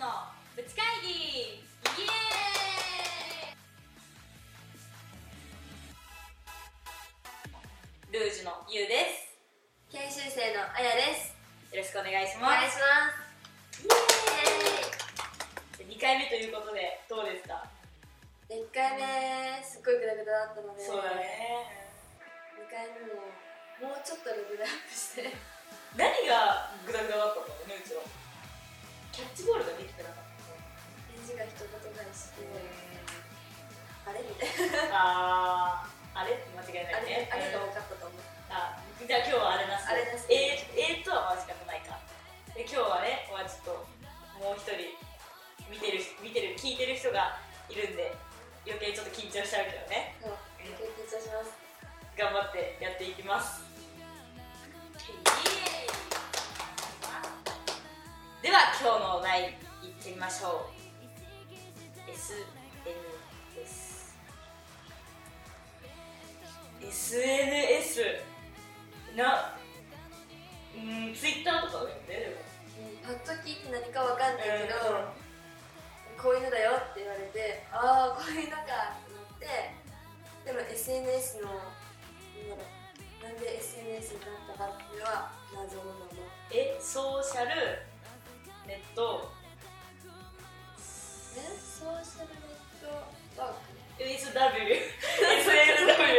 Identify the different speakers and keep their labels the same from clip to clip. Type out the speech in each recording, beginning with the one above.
Speaker 1: のブチ会議イエーイルージュのゆうです
Speaker 2: 研修生のあやです。
Speaker 1: よろしくお願いし
Speaker 2: お願
Speaker 1: ま
Speaker 2: い
Speaker 1: す
Speaker 2: します。
Speaker 1: 2回目ということでどうですか、
Speaker 2: イエーイ。1回目すっごいグダグダだったので、
Speaker 1: そうだね
Speaker 2: 2回目ももうちょっとレベルアップして、
Speaker 1: 何がグダグダだったのねうちのキャッチボールができてなかった
Speaker 2: 返事が一言返して、あれみたい
Speaker 1: あーあれって間違い
Speaker 2: な。
Speaker 1: な
Speaker 2: あ
Speaker 1: いね
Speaker 2: れあれが
Speaker 1: うん
Speaker 2: 多かったと思う。
Speaker 1: あじゃあ今日はあれなし
Speaker 2: あれなし
Speaker 1: えーえーとはまじかくないかで今日はねまあちょっともう一人見てる見てる聞いてる人がいるんで余計ちょっと緊張しちゃうけどね
Speaker 2: そう。緊張します。
Speaker 1: 頑張ってやっていきますでは今日のお題いってみましょう SNS SNS なうん Twitter とかだよねでも
Speaker 2: パッと聞いて何かわかんないけど、こういうのだよって言われて、ああこういうのかって思って、でも SNS のなんだろうなんで SNS になったかっていうのは謎のまま。
Speaker 1: えソーシャルネット
Speaker 2: ね、ソーシャルネットワーク
Speaker 1: SW SNW に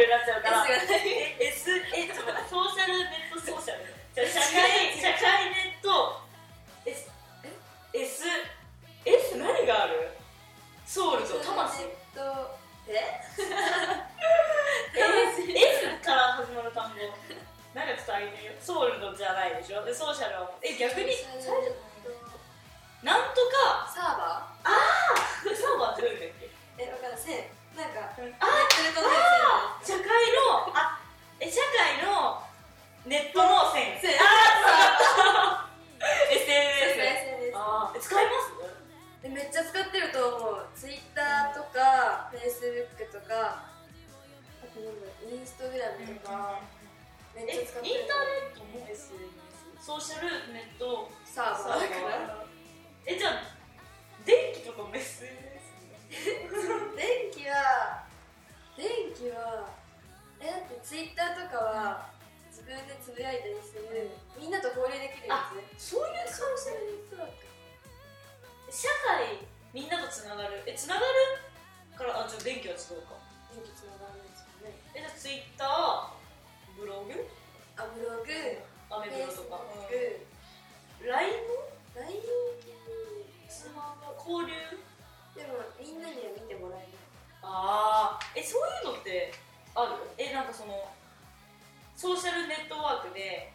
Speaker 1: なっちゃうから
Speaker 2: S がない
Speaker 1: S えちょっと待ってソーシャルネットソーシャルじゃあ社会社会ネット S
Speaker 2: え
Speaker 1: S S 何があるソウルと魂
Speaker 2: 魂とえ
Speaker 1: S, S から始まる単語なんかちょっとあげてみようソウルドじゃないでしょでソーシャルはえ逆に
Speaker 2: ソーシャ
Speaker 1: 最
Speaker 2: ルネ
Speaker 1: 初
Speaker 2: ット
Speaker 1: なんとか
Speaker 2: サーバ
Speaker 1: サーバーってどういうんだっけ
Speaker 2: ーえわかんないせんなんか
Speaker 1: あ
Speaker 2: ネットの
Speaker 1: あ社会のあえ社会のネットの線
Speaker 2: 線
Speaker 1: ああ SNS
Speaker 2: SNS です
Speaker 1: ああ使います
Speaker 2: でめっちゃ使ってると思うツイッターとかフェイスブックとかあとなんだろうインスタグラムとかめっ
Speaker 1: えイ
Speaker 2: ち
Speaker 1: ンタ
Speaker 2: ゃ使
Speaker 1: ーネットも
Speaker 2: ってる
Speaker 1: SNS ソーシャルネット
Speaker 2: サ
Speaker 1: サーバー
Speaker 2: ーバーだから
Speaker 1: えじゃあ電気とかも SNS
Speaker 2: 電気は電気はえだってツイッターとかは自分でつぶやいたりするみんなと交流できるやつね
Speaker 1: そういうソーシャルネットワーク社会みんなとつながるえつながるからあじゃあ電気は使うか
Speaker 2: 電気つながるんですよね
Speaker 1: えじゃあツイッターブログ
Speaker 2: あブログフェイ
Speaker 1: アメブロ
Speaker 2: ス
Speaker 1: と
Speaker 2: ブ
Speaker 1: か
Speaker 2: ッ
Speaker 1: LINE
Speaker 2: ク
Speaker 1: も
Speaker 2: LINE
Speaker 1: スマホ交流
Speaker 2: でもみんなには見てもらえない
Speaker 1: ああえそういうのってあるえなんかそのソーシャルネットワークで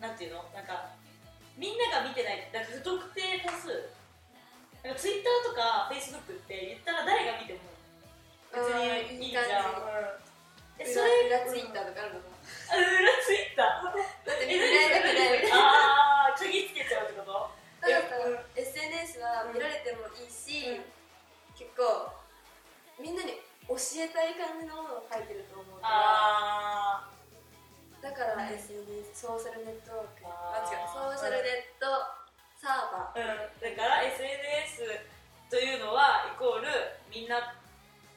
Speaker 1: なんていうのなんかみんなが見てないなんか不特定多数なんかツイッターとかフェイスブックって言ったら誰が見ても別にいいじゃんえそ
Speaker 2: そ
Speaker 1: れ
Speaker 2: れ裏ツイッターとかあるのか
Speaker 1: あ
Speaker 2: な
Speaker 1: 裏ツイッター
Speaker 2: だって
Speaker 1: え
Speaker 2: 見られたくないみたいな
Speaker 1: ああ鍵つけちゃうってこと
Speaker 2: だから SNS は見られてもいいし、
Speaker 1: うん
Speaker 2: 結構みんなに教えたい感じのものを書いてると思うから
Speaker 1: あ
Speaker 2: だから
Speaker 1: うん
Speaker 2: SNS ソーシャルネットワーク
Speaker 1: あ
Speaker 2: あ違
Speaker 1: ー
Speaker 2: うソーシャルネットサーバ
Speaker 1: あうんだから SNS というのはイコールみんな
Speaker 2: ー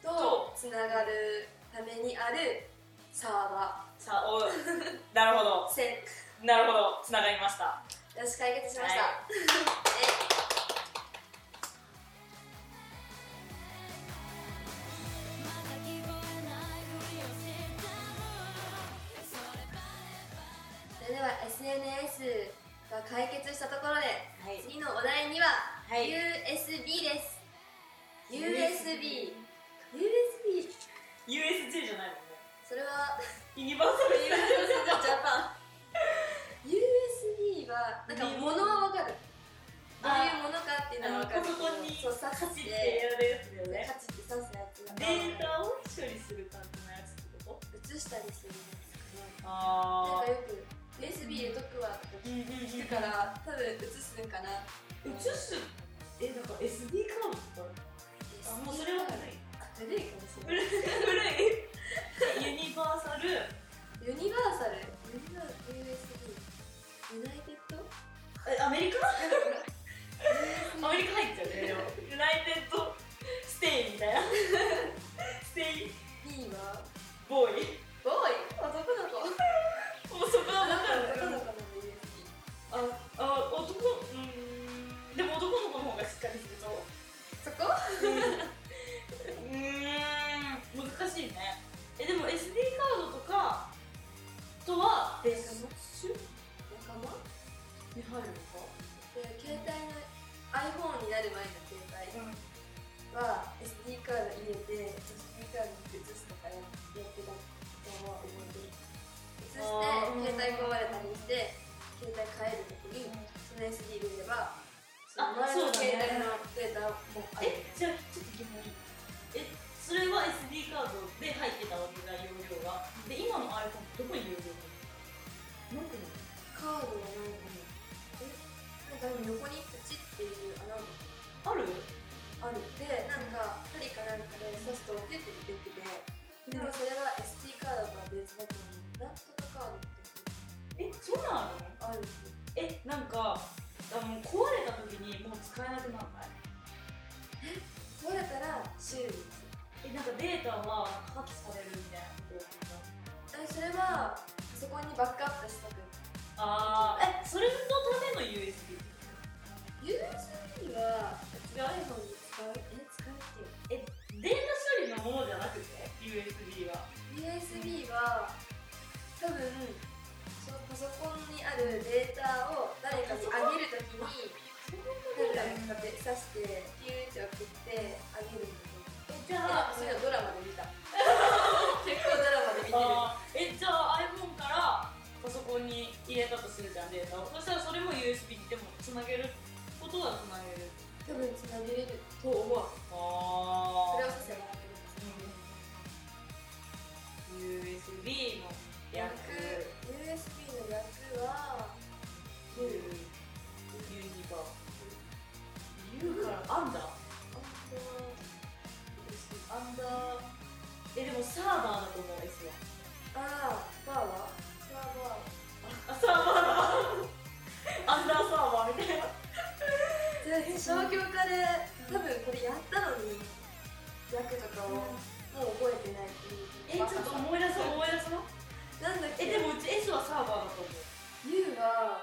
Speaker 2: とつながるためにあるサーバ
Speaker 1: さ あおなるほど
Speaker 2: ー線
Speaker 1: なるほどつながりました
Speaker 2: よし解決しました、
Speaker 1: は
Speaker 2: えそれでは SNS が解決したところで
Speaker 1: はい
Speaker 2: 次のお題には、
Speaker 1: はい
Speaker 2: USB です
Speaker 1: USB
Speaker 2: USB USB
Speaker 1: USJ じゃないもんね
Speaker 2: それは
Speaker 1: ユニバーサルスタジオジャパン
Speaker 2: ジャパン USB はなんか物は分かるどう
Speaker 1: あ
Speaker 2: いうものかっていうのは分か
Speaker 1: あ
Speaker 2: る
Speaker 1: のパソコンに
Speaker 2: そう刺
Speaker 1: 走っ
Speaker 2: してて
Speaker 1: やるやつだよね
Speaker 2: カチって刺すやつが
Speaker 1: データを処理する感じのやつってこと
Speaker 2: 移したりするんですけどなん
Speaker 1: あ
Speaker 2: かよく USB 入れとくわって
Speaker 1: うんうんうん
Speaker 2: 聞くから多分移すんかな
Speaker 1: 映すえなんか SD カードとかあもうそれは古い
Speaker 2: 古いかもしれない
Speaker 1: 古いユニバーサル
Speaker 2: ユニバーサルユニバー USB ユナイテッド
Speaker 1: えアメリカ
Speaker 2: USB
Speaker 1: アメリカ入っちゃうね 男うんでも男の子の方がしっかりすると
Speaker 2: そこ
Speaker 1: うーん難しいねえでも SD カードとかとは
Speaker 2: 電
Speaker 1: 別
Speaker 2: 話
Speaker 1: 種
Speaker 2: 仲間
Speaker 1: に入るのか
Speaker 2: で携帯の iPhone になる前の携帯は SD カード入れて SD カードに移すとかやってたのは覚えてる移して
Speaker 1: あー
Speaker 2: 携帯壊れたりして携帯変えるときにその SD 入れればその前の携帯のデータもある
Speaker 1: えじゃあちょっと疑問えそれは SD カードで入ってたわけだ容量がで今の iPhone ってどこに容量がなんかね
Speaker 2: カードはなんかねえなんかでも横にプチっていう穴
Speaker 1: あ
Speaker 2: が
Speaker 1: る
Speaker 2: あるってなんか針かなんかで刺すとピュッて出てきてでもそれは SD カードとは別だと思うなんとかカードって
Speaker 1: えそうなの
Speaker 2: あるんで
Speaker 1: えなんかあの壊れた時にもう使えなくならない
Speaker 2: 壊れたら修理です
Speaker 1: えなんかデータは破棄されるみたいなことなんか
Speaker 2: えそれはパソコンにバックアップしたく
Speaker 1: あーえそれのための USB
Speaker 2: USB は iPhone に使うえ使うっていう
Speaker 1: えデータ処理のものじゃなくて USB は
Speaker 2: USB は多分そのパソコンにあるデータを誰かにあげるときになんか刺してピューって送ってあげるんだけ
Speaker 1: え
Speaker 2: ど
Speaker 1: じゃあ
Speaker 2: あそれはドラマで見 た結構ドラマで見てる
Speaker 1: あーえじゃあ iPhone からパソコンに入れたとするじゃんデータをそしたらそれも USB にでもつなげることはつなげる
Speaker 2: 多分つなげれると思う
Speaker 1: あ
Speaker 2: それを
Speaker 1: あ
Speaker 2: させばいい
Speaker 1: USB の
Speaker 2: 役
Speaker 1: 役
Speaker 2: USB の役は
Speaker 1: ユーユニバユーからアンダーアンダーえでもサーバーだと思う S は
Speaker 2: ああバーはサーバ
Speaker 1: あサーバーだアンダーサーバーみたいな
Speaker 2: ーで商業科で多分これやったのに役とかをもう覚えてないっていう
Speaker 1: えちょっと思い出そう思い出そう
Speaker 2: なんだっけ
Speaker 1: えでもうち S はサーバーだと思う
Speaker 2: U は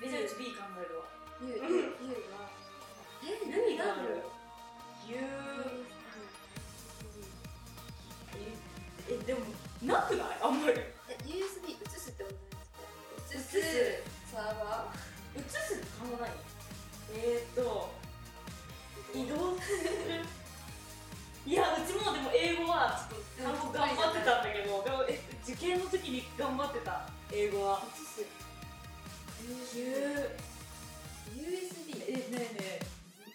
Speaker 1: めちゃうち B 考えるわ
Speaker 2: U, U
Speaker 1: うん
Speaker 2: はえ
Speaker 1: 何が
Speaker 2: な
Speaker 1: あ
Speaker 2: んだ
Speaker 1: る
Speaker 2: ろう
Speaker 1: U
Speaker 2: え
Speaker 1: ええでもなくないあんまり
Speaker 2: USB 移すってことないですか
Speaker 1: 移す
Speaker 2: サーバ
Speaker 1: 移すって考えないえーっと
Speaker 2: ー
Speaker 1: 移動するいやうちもでも英語はちょっと単語頑張ってたんだけどでもえ受験の時に頑張ってた英語は
Speaker 2: 移す
Speaker 1: 急
Speaker 2: USB
Speaker 1: えねえね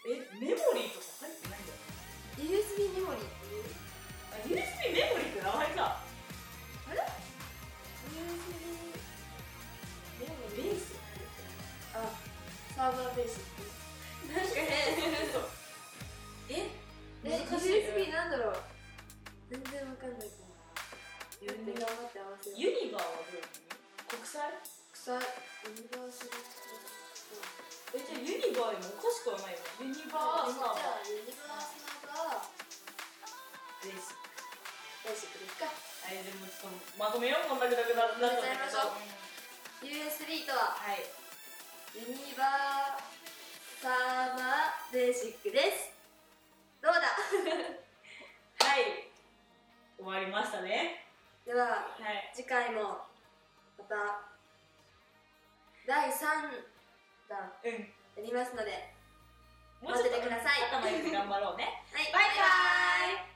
Speaker 1: ええメモリーとか入ってないんだよ
Speaker 2: USB メモリーっていう
Speaker 1: あ USB メモリーって名前か
Speaker 2: USB メモ
Speaker 1: ベ
Speaker 2: リー
Speaker 1: ース
Speaker 2: あサーバーベースっていうなんかね
Speaker 1: え
Speaker 2: え
Speaker 1: 難しい
Speaker 2: USB なんだろう全然わかんないか
Speaker 1: ユ
Speaker 2: らちょっと
Speaker 1: ニ
Speaker 2: 頑張って合わせよう
Speaker 1: ユニバーはどういう意味国際
Speaker 2: 草ユニバーサル
Speaker 1: えじゃあユニバーよりもおかしくはないよねユニバー
Speaker 2: じゃ
Speaker 1: サーバ
Speaker 2: あユニバーサーバー
Speaker 1: ーベース
Speaker 2: ベーシックですか
Speaker 1: あれでもちょっとまとめようこんなグダグダになったんだけ
Speaker 2: まとめ
Speaker 1: ど
Speaker 2: ましょう USB とは
Speaker 1: はい
Speaker 2: ユニバーサーバーベーシックですどうだ
Speaker 1: はい終わりましたね
Speaker 2: で
Speaker 1: は
Speaker 2: は
Speaker 1: い
Speaker 2: 次回もまた第3弾
Speaker 1: うん
Speaker 2: やりますので
Speaker 1: もうちょっと
Speaker 2: 待っててください
Speaker 1: 頭よく頑張ろうね
Speaker 2: はい
Speaker 1: バイバイ
Speaker 2: イ